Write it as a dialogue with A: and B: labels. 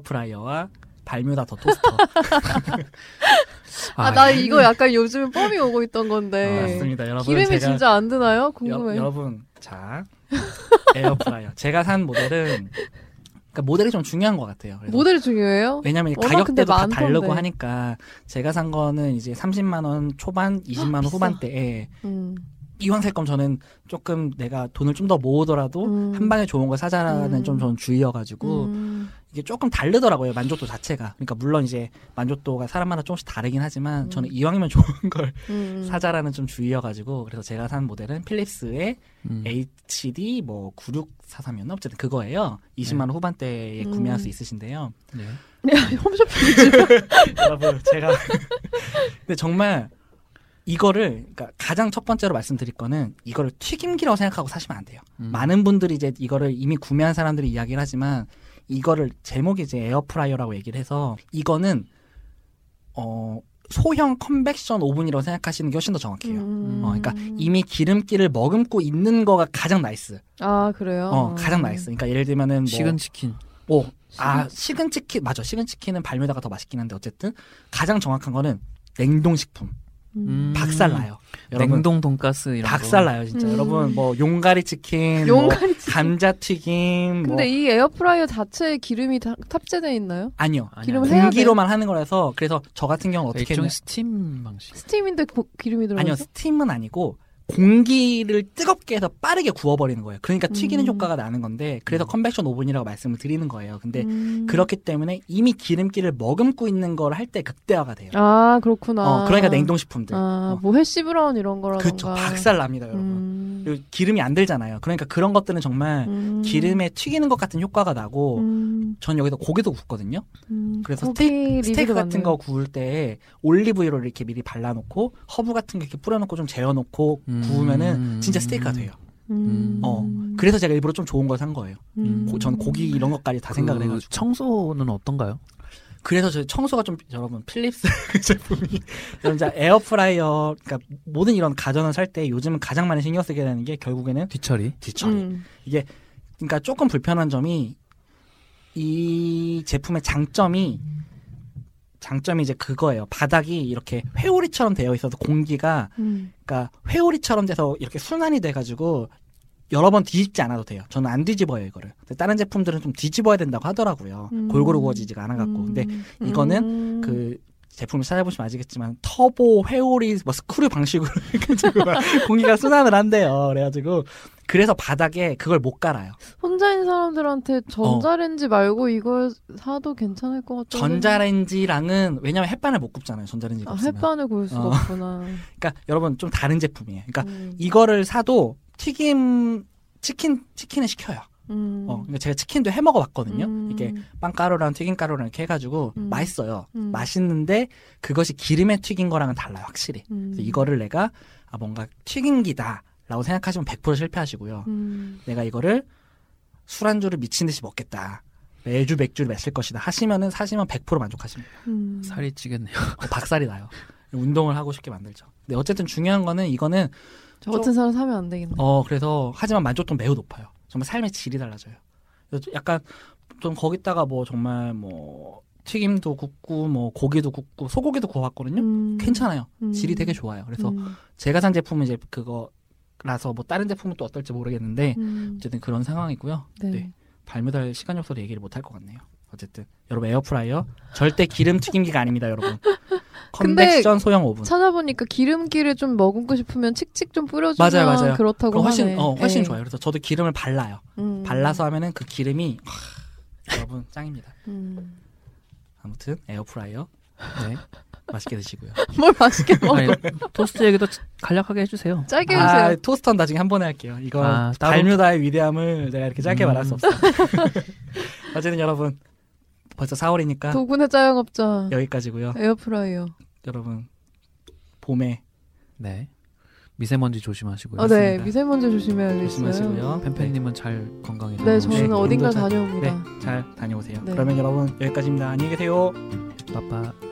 A: 에어프라이어와 발뮤다더 토스터.
B: 아, 나 이거 약간 요즘 뻔히 오고 있던
A: 예. 아,
B: 건데.
A: 맞습니다, 여러분.
B: 기름이
A: 제가
B: 진짜 안 드나요? 궁금해.
A: 여, 여러분 자 에어프라이어. 제가 산 모델은 그러니까 모델이 좀 중요한 것 같아요. 그래서
B: 모델이 중요해요?
A: 왜냐면 이
B: 워낙 근데
A: 가격대도 다
B: 많던데.
A: 다르고 하니까 제가 산 거는 이제 30만 원 초반, 20만 원
B: 아, 비싸.
A: 후반대에
B: 음.
A: 이왕살검 저는 조금 내가 돈을 좀 더 모으더라도
B: 음.
A: 한 방에 좋은 걸 사자라는
B: 음.
A: 좀 저는 주의여가지고
B: 음.
A: 이게 조금 다르더라고요 만족도 자체가 그러니까 물론 이제 만족도가 사람마다 조금씩 다르긴 하지만
B: 음.
A: 저는 이왕이면 좋은 걸
B: 음.
A: 사자라는 좀 주의여가지고 그래서 제가 산 모델은 필립스의
C: 음.
A: HD 뭐 9643이었나 어쨌든 그거예요 20만 원 후반대에
B: 음.
A: 구매할 수 있으신데요
C: 네.
B: 홈쇼핑이지.
A: 여러분 제가 근데 정말 이거를 그러니까 가장 첫 번째로 말씀드릴 거는 이거를 튀김기라고 생각하고 사시면 안 돼요.
C: 음.
A: 많은 분들이 이제 이거를 이미 구매한 사람들이 이야기를 하지만 이거를 제목이 이제 에어프라이어라고 얘기를 해서 이거는 어 소형 컨벡션 오븐이라고 생각하시는 게 훨씬 더 정확해요.
B: 음.
A: 어, 그러니까 이미 기름기를 머금고 있는 거가 가장 나이스.
B: 아 그래요.
A: 어, 가장 나이스. 그러니까 예를 들면은 뭐
C: 식은 치킨.
A: 오, 아 식은 치킨 맞아. 식은 치킨은 발매다가 더 맛있긴 한데 어쨌든 가장 정확한 거는 냉동식품.
C: 음.
A: 박살나요. 여러분
C: 냉동 돈가스 이런 거.
A: 박살나요 진짜.
B: 음.
A: 여러분 뭐 용가리 치킨, 뭐
B: 용가리 치킨.
A: 감자 튀김, 뭐
B: 근데 이 에어프라이어 자체에 기름이 다, 탑재돼 있나요?
A: 아니요.
C: 아니야.
B: 기름을 해야 돼.
A: 공기로만 하는 거라서 그래서 저 같은 경우 는 어떻게
C: 일종의
A: 했냐?
C: 스팀 방식.
B: 스팀인데 고, 기름이 들어가
A: 아니요
B: 있어?
A: 스팀은 아니고 공기를 뜨겁게 해서 빠르게 구워버리는 거예요. 그러니까 튀기는
B: 음.
A: 효과가 나는 건데 그래서
C: 음.
A: 컨벡션 오븐이라고 말씀을 드리는 거예요. 근데
B: 음.
A: 네. 그렇기 때문에 이미 기름기를 머금고 있는 걸 할 때 극대화가 돼요.
B: 아 그렇구나.
A: 어, 그러니까 냉동식품들.
B: 아,
A: 어.
B: 뭐 해시 브라운 이런 거라던가.
A: 그렇죠. 박살 납니다, 여러분.
B: 음.
A: 그리고 기름이 안 들잖아요. 그러니까 그런 것들은 정말
B: 음.
A: 기름에 튀기는 것 같은 효과가 나고
B: 음.
A: 전 여기서 고기도 굽거든요.
B: 음.
A: 그래서
B: 고기 리뷰도
A: 스테이크 같은
B: 많네요.
A: 거 구울 때 올리브유를 이렇게 미리 발라놓고 허브 같은 거 이렇게 뿌려놓고 좀 재워놓고
C: 음.
A: 구우면은 진짜 스테이크가 돼요.
B: 음.
A: 어. 그래서 제가 일부러 좀 좋은 걸 산 거예요.
B: 음.
A: 고, 전 고기 이런 것까지 다
C: 그
A: 생각을 해가지고.
C: 청소는 어떤가요?
A: 그래서 저 청소가 좀 여러분 필립스 그 제품이 저는 이제 에어프라이어 그러니까 모든 이런 가전을 살 때 요즘은 가장 많이 신경 쓰게 되는 게 결국에는
C: 뒤처리.
A: 뒤처리.
B: 음.
A: 그러니까 조금 불편한 점이 이 제품의 장점이 장점이 이제 그거예요. 바닥이 이렇게 회오리처럼 되어 있어서 공기가
B: 음.
A: 그러니까 회오리처럼 돼서 이렇게 순환이 돼 가지고 여러 번 뒤집지 않아도 돼요. 저는 안 뒤집어요, 이거를. 근데 다른 제품들은 좀 뒤집어야 된다고 하더라고요.
B: 음.
A: 골고루 구워지지가 않아 갖고. 근데
B: 음.
A: 이거는 그 제품을 찾아보시면 아시겠지만 터보 회오리 뭐 스크류 방식으로 해가지고 막 공기가 순환을 한대요. 그래가지고 그래서 바닥에 그걸 못 깔아요.
B: 혼자 있는 사람들한테
A: 어.
B: 전자레인지 말고 이걸 사도 괜찮을 것 같아요.
A: 전자레인지랑은 왜냐면 햇반을 못 굽잖아요. 전자레인지가
B: 아,
A: 없으면.
B: 햇반을 구울 수가
A: 어.
B: 없구나.
A: 그러니까 여러분 좀 다른 제품이에요. 그러니까
B: 음.
A: 이거를 사도 튀김 치킨 치킨을 시켜요.
B: 음.
A: 어, 그러니까 제가 치킨도 해 먹어봤거든요.
B: 음.
A: 이렇게 빵가루랑 튀김가루랑 이렇게 해가지고
B: 음.
A: 맛있어요.
B: 음.
A: 맛있는데 그것이 기름에 튀긴 거랑은 달라요, 확실히.
B: 음.
A: 그래서 이거를 내가 아, 뭔가 튀김기다라고 생각하시면 100% 실패하시고요.
B: 음.
A: 내가 이거를 술안주를 미친 듯이 먹겠다. 매주 맥주를 마실 것이다. 하시면은 사시면 100% 만족하십니다.
B: 음.
C: 살이 찌겠네요.
A: 어, 박살이 나요. 운동을 하고 싶게 만들죠. 근데 어쨌든 중요한 거는 이거는
B: 저 같은 사람 사면 안 되겠네.
A: 어 그래서 하지만 만족도 매우 높아요. 정말 삶의 질이 달라져요. 그래서 좀 약간 좀 거기다가 뭐 정말 뭐 튀김도 굽고 뭐 고기도 굽고 소고기도 구워봤거든요.
B: 음.
A: 괜찮아요.
B: 음.
A: 질이 되게 좋아요. 그래서
B: 음.
A: 제가 산 제품은 이제 그거라서 뭐 다른 제품은 또 어떨지 모르겠는데
B: 음.
A: 어쨌든 그런 상황이고요.
B: 네.
A: 네. 발매될 시간이 없어서 얘기를 못 할 것 같네요. 어쨌든 여러분 에어프라이어 절대 기름 튀김기가 아닙니다, 여러분.
B: 근데
A: 컨벡션 소형 오븐.
B: 찾아보니까 기름기를 좀 머금고 싶으면 칙칙 좀 뿌려주면
A: 맞아요, 맞아요.
B: 그렇다고
A: 그럼 훨씬
B: 하네.
A: 어 훨씬
B: 네.
A: 좋아요. 그래서 저도 기름을 발라요.
B: 음.
A: 발라서 하면은 그 기름이 하, 여러분 짱입니다.
B: 음.
A: 아무튼 에어프라이어
C: 네.
A: 맛있게 드시고요.
B: 뭘 맛있게 먹어.
C: 아니, 토스트 얘기도 간략하게 해주세요.
B: 짜게 해주세요.
A: 아 토스터는 나중에 한 번에 할게요. 이거
C: 아, 따로?
A: 발뮤다의 위대함을 내가 이렇게 짧게
C: 음.
A: 말할 수 없어요. 어쨌든 여러분 벌써 4월이니까
B: 도군의 짜영업자
A: 여기까지고요.
B: 네. 에어프라이어.
A: 여러분 봄에
C: 네. 미세먼지 조심하시고요.
B: 아, 네
A: 맞습니다.
B: 미세먼지 조심해야겠어요.
C: 네.
A: 조심하시고요.
C: 팬팬님은 어. 잘 건강히
B: 네 저는
A: 네,
C: 다녀오시고.
B: 어딘가
A: 운동 잘-
B: 다녀옵니다.
A: 네, 잘 다녀오세요.
B: 네.
A: 그러면 여러분 여기까지입니다. 안녕히 계세요.
C: 빠빠.